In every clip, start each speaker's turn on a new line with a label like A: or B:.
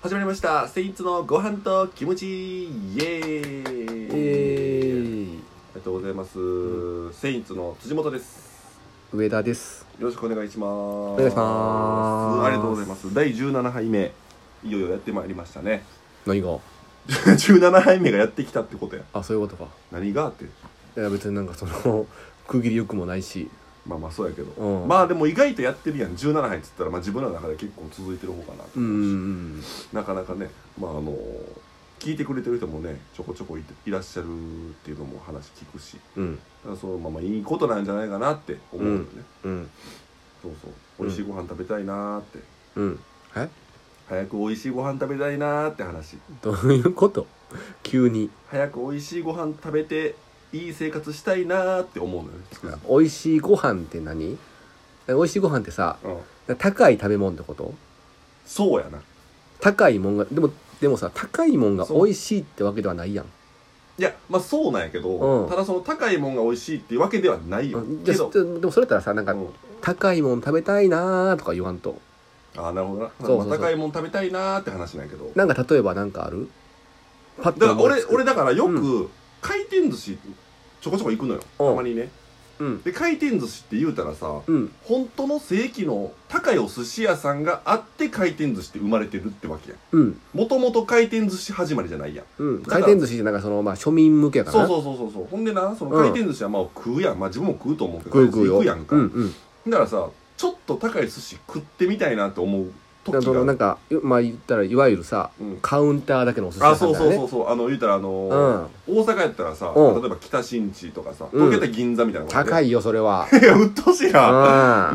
A: 始まりました「セインツのご飯と気持ち」イエーイあ
B: え
A: りがとうございます、セインツの辻本です
B: ー、上田です
A: よろしくお願いしますお
B: 願いします
A: ありがとうございます第17杯目いよいよやってまいりましたね
B: 何が
A: 17杯目がやってきたってことや
B: あそういうことか
A: 何があって
B: いや別になんかその 区切りよくもないし
A: まあまあそうやけど、
B: うん
A: まあでも意外とやってるやん17杯っつったら、まあ、自分の中で結構続いてる方かなと
B: うんうん
A: なかなかねまああの聞いてくれてる人もねちょこちょこいていらっしゃるっていうのも話聞くし
B: うんうん
A: だからそのままいいことなんじゃないかなって思うよね、
B: うん
A: そうそう美味しいご飯食べたいなーって、
B: うんえ
A: 早く美味しいご飯食べたいなーって話
B: どういうこと急に
A: 早く美味しいご飯食べていい生活したいなーって思うのよねつくづく
B: 美味しいご飯って何美味しいご飯ってさ
A: うん、
B: 高い食べ物ってこと
A: そうやな
B: 高いもんがでもでもさ高いもんが
A: そう
B: 美味しいってわけではないやん
A: いやまあそうなんやけど、
B: うん
A: ただその高いもんが美味しいっていうわけではないよ、
B: うんじ
A: け
B: ゃ
A: ど
B: でもそれやったらさなんか
A: うん
B: 高いもん食べたいなーとか言わんと
A: ああなるほどな
B: そうそうそう
A: まあ高いもん食べたいなーって話なんやけど
B: なんか例えばなんかあるパッ
A: だから
B: 思い
A: 俺
B: つく
A: 俺だからよ
B: う
A: く回転寿司ちょこちょこ行くのよ
B: うん
A: たまにね
B: うん
A: で回転寿司って言うたらさ
B: うん
A: 本当の正規の高いお寿司屋さんがあって回転寿司って生まれてるってわけや
B: うん
A: もともと回転寿司始まりじゃないやん
B: うん、
A: だか
B: 回
A: ら
B: 転寿司ってなんかそのまあ庶民向けやから
A: そう
B: な
A: そうそうそうそうほんでなその
B: うん
A: 回転寿司はまあ食うやんまあ自分も食うと思うけど
B: 食う食うよ
A: 行くやんか、
B: うんうん
A: だからさちょっと高い寿司食ってみたいなって思う時
B: だからその
A: が
B: なんかよまあ言ったらいわゆるさ
A: うん
B: カウンターだけのお寿司
A: あ
B: 屋さ
A: そう
B: んだ
A: そう
B: よね
A: そうそうあの言うたらあのー大阪やったらさ
B: うん
A: 例えば北新地とかさ
B: う
A: 東京
B: ん
A: やったら銀座みたいなことね
B: 高いよそ れは
A: いや、うっとうしいな。
B: あ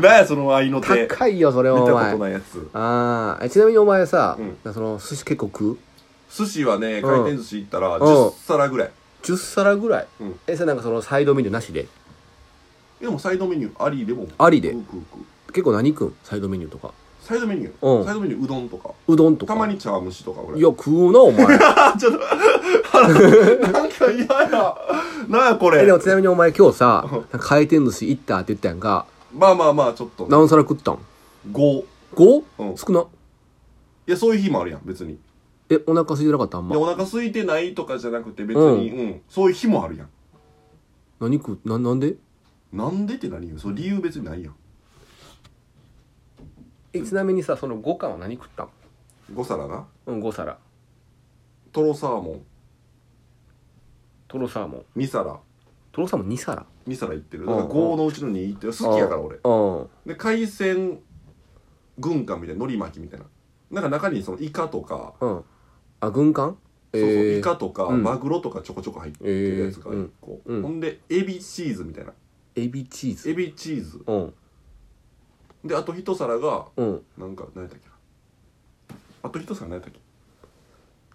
A: なんや、その合いの手。見たこ
B: 高いよそれはお前
A: とないやつ。
B: ああちなみにお前さ、
A: うん
B: その寿司結構食う
A: 寿司はね、回転寿司行ったら、
B: ん
A: 10皿ぐらい。
B: 10皿ぐらい、
A: うん
B: えそれなんかそのサイドメニューなしで
A: でも、サイドメニューありでも。
B: ありで
A: 食う食う食う
B: 結構何食うんサイドメニューとか
A: サイドメニュ
B: うん
A: ーサイドメニューうどんとか。
B: うどんとか
A: たまに茶碗蒸しとか、俺。
B: いや食うなお 前
A: あ、ちょっと、 なんか嫌や。なんや、こ
B: え
A: れ
B: で。もちなみにお前今日さ
A: うん
B: なんか回転寿司行ったって言ったやんか
A: まあまあまあ、ちょっと。
B: 何皿食ったん
A: 5。い
B: 5?、
A: うん
B: 少な
A: や、そういう日もあるやん、別に。
B: えお腹空いてなかったあん
A: で、
B: ま
A: お腹空いてないとかじゃなくて、別に、うん。そういう日もあるやん。
B: 何食うななんで
A: なんでって何よ。その理由別にないやん。
B: えちなみにさその5貫は何食ったん
A: 5皿な。
B: うん5皿
A: トロサーモン、
B: トロサーモン
A: 2皿。
B: トロサーモン2皿
A: 2皿いってる
B: うん
A: だから5のうちの2いってる好きやから俺
B: うん
A: で海鮮軍艦みたいな海苔巻きみたいななんか中にそのイカとか、
B: うんあ軍艦え
A: そうそう
B: ー
A: イカとか、
B: うん
A: マグロとかちょこちょこ入ってるやつが1個、
B: えーうんうん
A: ほんでエビチーズみたいな
B: エビチーズ
A: エビチーズ
B: うん
A: であと1皿が
B: うん
A: なんか何やったっけなあと1皿何やったっけ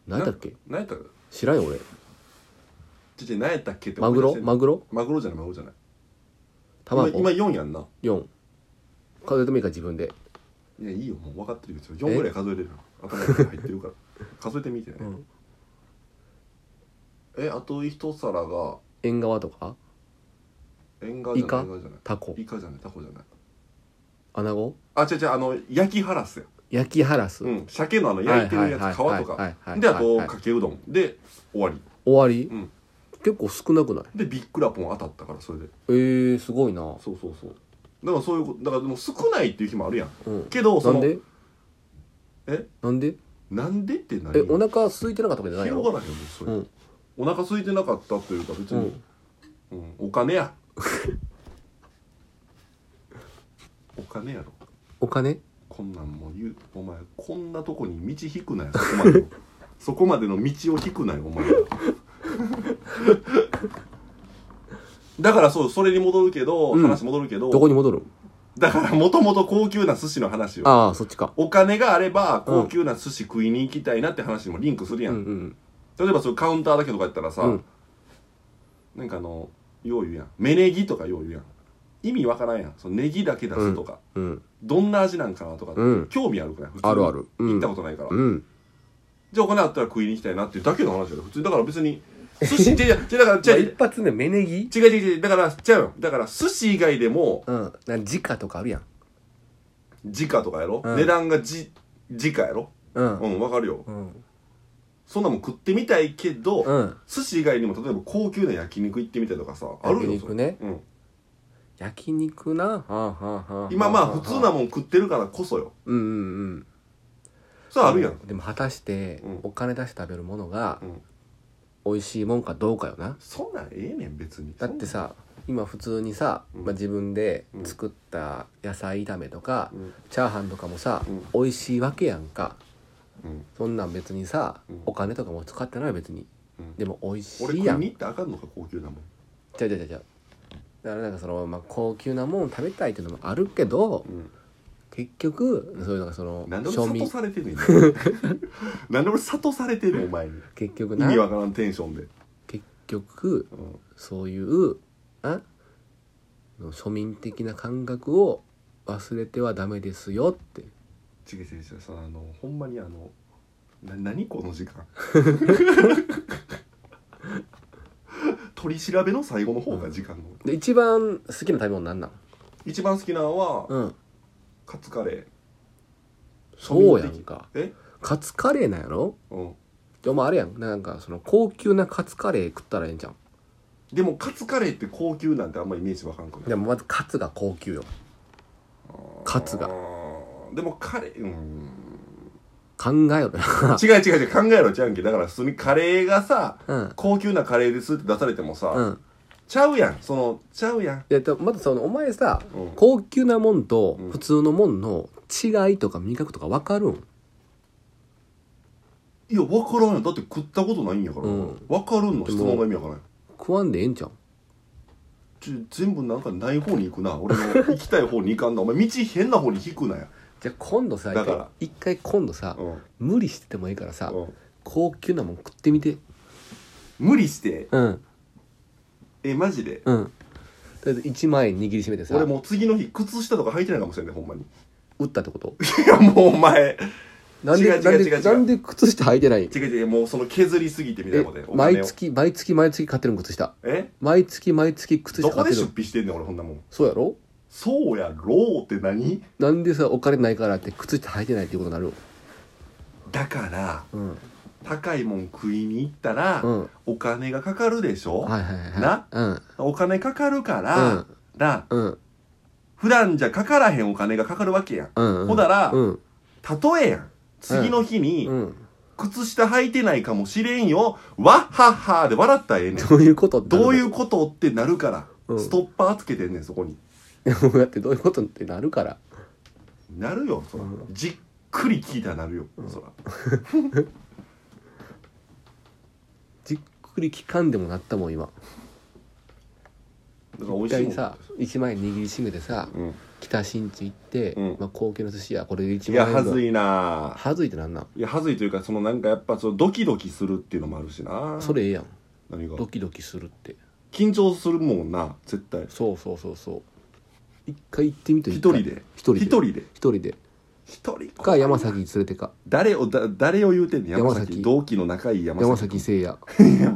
B: 何だっけ
A: 何やったっけ
B: 知らんよ俺
A: ちち何やったっけって
B: マ
A: 思
B: グ
A: い出し
B: ロ
A: てん
B: マグロ
A: マグロじゃないマグロじゃない
B: 卵
A: 今今4やんな
B: 4数えてもいいか自分で
A: いやいいよもう分かってるよ4ぐらい数えれるよ頭に入ってるから 数えてみてね、
B: うん
A: えあと1皿が
B: 縁側とか
A: 縁側じゃない
B: イカ
A: 縁側じゃない
B: タコ
A: イカじゃないタコじゃない
B: 穴子
A: あ違う違うあの焼きハラスや
B: 焼きハラス、
A: うん鮭のあの
B: は
A: 焼
B: い
A: いて
B: は
A: る
B: い
A: やつ
B: はい
A: 皮
B: はい
A: と
B: は
A: か
B: いはい
A: であと
B: はい
A: かけうどんで終わり
B: 終わり、
A: うん
B: 結構少なくない
A: でビックラポン当たったからそれで
B: えー、すごいな
A: そうそうそうだからそういうことだからでも少ないっていう日もあるやん
B: うん
A: けど
B: な
A: そ
B: ん
A: の
B: で
A: え
B: なんで
A: なんでって何
B: えお腹空いてなかったわけじゃない
A: 広
B: の
A: がらへんもんそれ、
B: うん
A: お腹空いてなかったというか別
B: う
A: に
B: ん、
A: うんお金 やお金やろ
B: お金
A: こんなんもう言うお前こんなとこに道引くなよそこま でのそこまでの道を引くなよお前は だからそうそれに戻るけど、
B: うん
A: 話戻るけど
B: どこに戻るん
A: だからもともと高級な寿司の話よ
B: ああそっちか
A: お金があれば高級な寿司食いに行きたいなって話にもリンクする
B: う
A: やん、
B: んうん
A: 例えばそういうカウンターだけとかやったらさ、
B: うん
A: なんかあのよう言うやん芽ネギとかよう言うやん意味わからんやんそのネギだけ出すとか、
B: うん
A: どんな味なんかなとか、
B: うん
A: 興味あるくない普通に
B: あるあるう
A: 行っ
B: ん
A: たことないから、
B: うん
A: じゃあお金あったら食いに行きたいなっていうだけの話だよ普通にだから別 に寿司ってだから違う違う
B: 発目芽ネギ
A: 違う違う違うだから違うよだから寿司以外でも
B: うんなんか直とかあるやん
A: 時価とかやろ、
B: うん
A: 値段がじ時価やろ
B: うん
A: うんわかるよ
B: うん
A: そんなもん食ってみたいけど、
B: うん
A: 寿司以外にも例えば高級な焼肉行ってみたりとかさあるよ
B: 焼肉ね
A: それうん、
B: 焼肉なはあはあはあ
A: 今まあ普通なも
B: も
A: ん食ってるからこそよ
B: うんうんうん
A: それあるやん、
B: でも果たして
A: うん
B: お金出して食べるものが
A: うん
B: 美味しいもんかどうかよな
A: そんなんええねん別に
B: だってさ今普通にさ、
A: うん
B: まあ、自分で作った野菜炒めとか、
A: うん
B: チャーハンとかもさ、
A: う
B: 美味しいわけやんか
A: うん
B: そんなん別にさ、
A: うん
B: お金とかも使ってないよ別に
A: うん
B: でも美味し
A: 俺
B: い
A: 食
B: や
A: い
B: ん
A: に
B: じ
A: 行ってあかんのか高級なもん
B: ゃうじゃうじゃうじゃうだからなんかその、まあ、高級なもん食べたいっていうのもあるけど結局そういうのがその
A: なんで
B: 庶
A: 俺諭
B: 民
A: され てんねんなんで俺諭されてんねんお前に
B: 結局
A: 意味
B: な
A: わからんテンションで、
B: 結局
A: うん
B: そういうあ庶民的な感覚を忘れてはダメですよって
A: 違う違う違うそのあのほんまにあのな何この時間取り調べの最後の方が時間の、
B: で一番好きな食べ物なんなん
A: 一番好きなのは、
B: うん
A: カツカレー
B: そうやんか
A: え
B: カツカレーなんやろ
A: うん
B: でもあれやんなんかその高級なカツカレー食ったらええんじゃん
A: でもカツカレーって高級なんてあんまイメージわかんくない
B: でもまずカツが高級よカツが
A: あーでもカレー うん
B: 考えろよ
A: 違う違う違う考えろちゃうんけだから普通にカレーがさ
B: うん
A: 高級なカレーですって出されてもさ、
B: うん
A: ちゃうやんそのちゃうやん
B: でとまずそのお前さ
A: うん
B: 高級なもんと
A: うん
B: 普通のもんの違いとか味覚とか分かるん
A: いや分からんよだって食ったことないんやから、
B: うん
A: 分かるんの質問の意味わからん
B: 食わんでええんじゃん
A: ちょ全部なんかない方に行くな俺の行きたい方に行かんなお前道変な方に引くなや、
B: じゃあ今度さ
A: だから
B: 一回今度さ
A: うん
B: 無理しててもいいからさ
A: うん
B: 高級なもん食ってみて
A: 無理して
B: うん
A: えマジで
B: うんとりあえず1万円握りしめてさ
A: 俺もう次の日靴下とか履いてないかもしれないほんまに
B: 打ったってこと
A: いやもうお前
B: なんで
A: 違う違う
B: なん
A: 違う違
B: で
A: う
B: なんで靴下履いてない
A: 違う違うもうその削りすぎてみたい
B: え
A: なことでお金を
B: 毎月毎月毎月買ってるん靴下
A: え
B: 毎月毎月靴
A: ど
B: 下
A: こで
B: 買って
A: 出
B: る
A: 費してんねん俺ほんなもん
B: そうやろ
A: そうやろうって何
B: なんでさお金ないからって靴下履いてないっていうことになる
A: だから
B: うん
A: 高いもん食いに行ったら、
B: うん
A: お金がかかるでしょ、
B: はいはいはい
A: な
B: うん
A: お金かかるから、
B: うん
A: な
B: うん
A: 普段じゃかからへんお金がかかるわけやん、
B: うんうん
A: ほだら、
B: うん
A: 例えやん次の日に、
B: うん
A: 靴下履いてないかもしれんよわっはっはで笑ったらええねん
B: どういうことってなる
A: どういうことってなるから、
B: うん
A: ストッパーつけてんねんそこに
B: だってどういうことってなるから
A: なるよそら、じっくり聞いたらなるよ、そら
B: じっくり聞かんでもなったもん今
A: だから美味
B: 一
A: しいも
B: 回
A: ん
B: さ1万円握りしめてさ
A: うん、
B: 北新地行って、
A: うん
B: まあ、高級の寿司屋これで
A: い
B: 1
A: や
B: 万円
A: はず
B: い
A: いなぁ
B: はずいってなんなん
A: いやはずいというかそのなんかやっぱそのドキドキするっていうのもあるしな
B: それええやん
A: 何が
B: ドキドキするって
A: 緊張するもんな絶対
B: そうそうそうそう一回行ってみて
A: 一
B: 一
A: 人
B: 回
A: で
B: 一人で
A: 一人で
B: 一人で
A: 一人
B: か山崎連れてか
A: 誰をだ誰を言うてんねん山
B: 山
A: 崎
B: 崎
A: 同期の仲いい山崎
B: 山崎誠也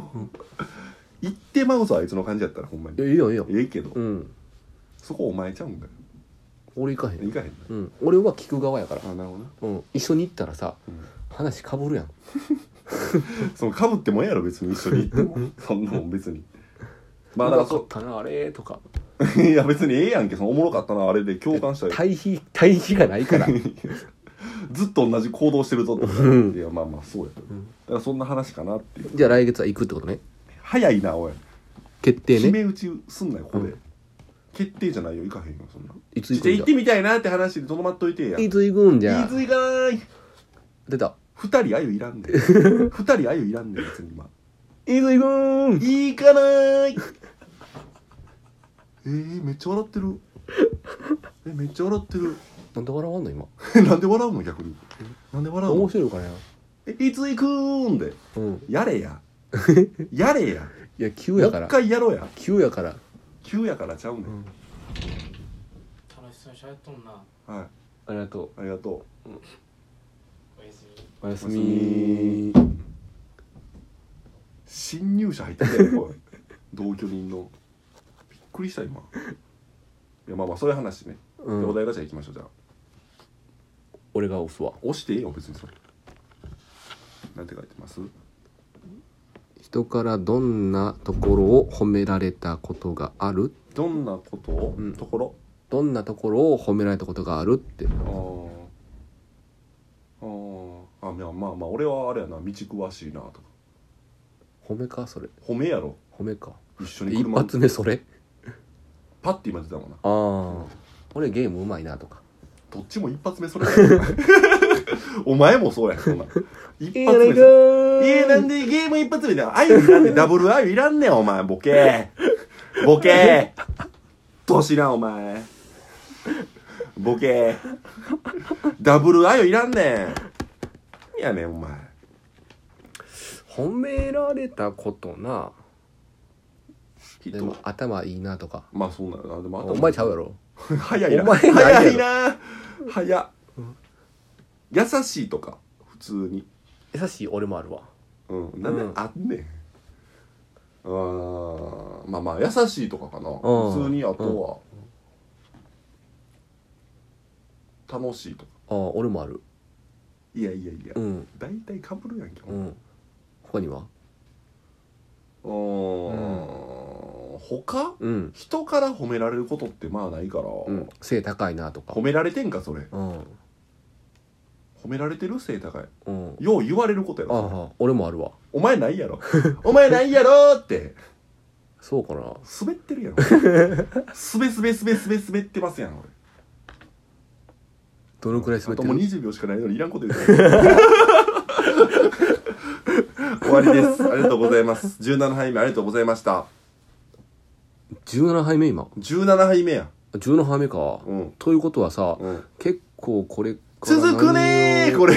A: 行ってまうぞあいつの感じやったらほんまに
B: いやいいよいいよ
A: ええけど、
B: うん
A: そこお前ちゃうんだよ
B: 俺行かへん
A: 行かへん
B: うん俺は聞く側やから
A: なあなるほどな
B: うん一緒に行ったらさ話かぶるやん
A: そのかぶってもええやろ別に一緒に行 ってもそんなもん別にまあだから
B: うまかっ
A: そ
B: たなあれとか
A: う いや別にええやんけそのおもろかったなあれで共感したよ
B: 対比対比がないから
A: ずっと同じ行動してるぞっていやまあまあそうや、
B: ん
A: だからそんな話かなっていう
B: じゃあ来月は行くってことね
A: 早いなおい
B: 決
A: 決
B: 定
A: め
B: ね
A: 打ちすんなよここで、
B: うん
A: 決定じゃないよ行かへんよそんない
B: つ
A: ちょっと行
B: 行くんじ
A: っ
B: ゃ
A: てみたいなって話でとどまっといてや
B: いつ行くんじ
A: 言
B: ゃ
A: いづいかない
B: 出た
A: 二人あゆいらん で二人あゆいらんで別に今
B: いつ行くん
A: いいかないえー、めっちゃ笑ってるえめっちゃ笑ってる
B: なんで笑わんの今
A: なんで笑うの逆になんで笑う
B: 面
A: の
B: 白いからや
A: えいつ行くんで
B: うん
A: やれ ややれや
B: いや急
A: もう
B: やから
A: 一回やろうや
B: 急やから
A: 急やからちゃうねん、
B: ん
C: 楽しそうに喋っとんな
A: はい
B: ありがと
A: ありがと
C: おやす
B: う
C: み
B: おやす
A: おや
B: み
A: う新入社入ってたよこれ 同居人のびっくりした今いやまあまあそういう話ね、
B: うん
A: でお題ガチャ行きましょうじゃあ
B: 俺が押すわ
A: 押していいよ別にそれなんて書いてます
B: 人からどんなところを褒められたことがある
A: どんなことを、
B: うん
A: ところ
B: どんなところを褒められたことがあるって
A: あーあーあいやまあまあ俺はあれやな道詳しいなとか
B: 褒めかそれ
A: 褒めやろ
B: 褒めか
A: 一緒
B: で
A: に
B: 一
A: 車
B: 発目それ
A: パッて今出たもんな
B: ああ俺ゲームうまいなとか
A: どっちも一発目それ やなお前もそうやんそん なん一発目それいやなんでゲーム一発目だよ。あゆいらんねん。ダブルあゆいらんねん、お前。ボケ。ボ ケ。年な、お前。ボケ。ダブルあゆいらんねん。いやねん、お前。
B: 褒められたことなでも
A: 人。
B: 頭いいなとか
A: まあ、そうなんだ。でも、
B: お前ちゃうやろ
A: ろ。早いな。
B: お前なんやろ
A: 早いな。早っ。優しいとか、普通に。
B: 優しい俺もあるわ
A: うん。なんで
B: うん
A: あんねん。あーまあまあ優しいとかかな普通にあとは楽しいとか
B: ああ俺もある
A: いやいやいや
B: うん
A: 大体かぶるやんけお
B: う
A: 前
B: ん他には
A: うーん他
B: うん、
A: 人から褒められることってまあないから
B: うん、背高いなとか
A: 褒められてんかそれ
B: うん
A: 褒められてる背高い
B: うん
A: よう言われることや
B: あ
A: ろそれ
B: あ俺もあるわ
A: お前ない やろお前ないやろって
B: そうかな
A: 滑って るやんすべすべすべすべ滑ってますやん俺
B: どのくらい滑
A: あ
B: っ
A: と
B: て
A: もう
B: る
A: 20秒しかないのにいらん こと言ってる終わりですありがとうございます17杯目ありがとうございました
B: 17杯目今
A: 17杯目や
B: 17杯目か
A: うん
B: ということはさ
A: うん
B: 結構これから
A: 続くねー
B: 何を
A: これ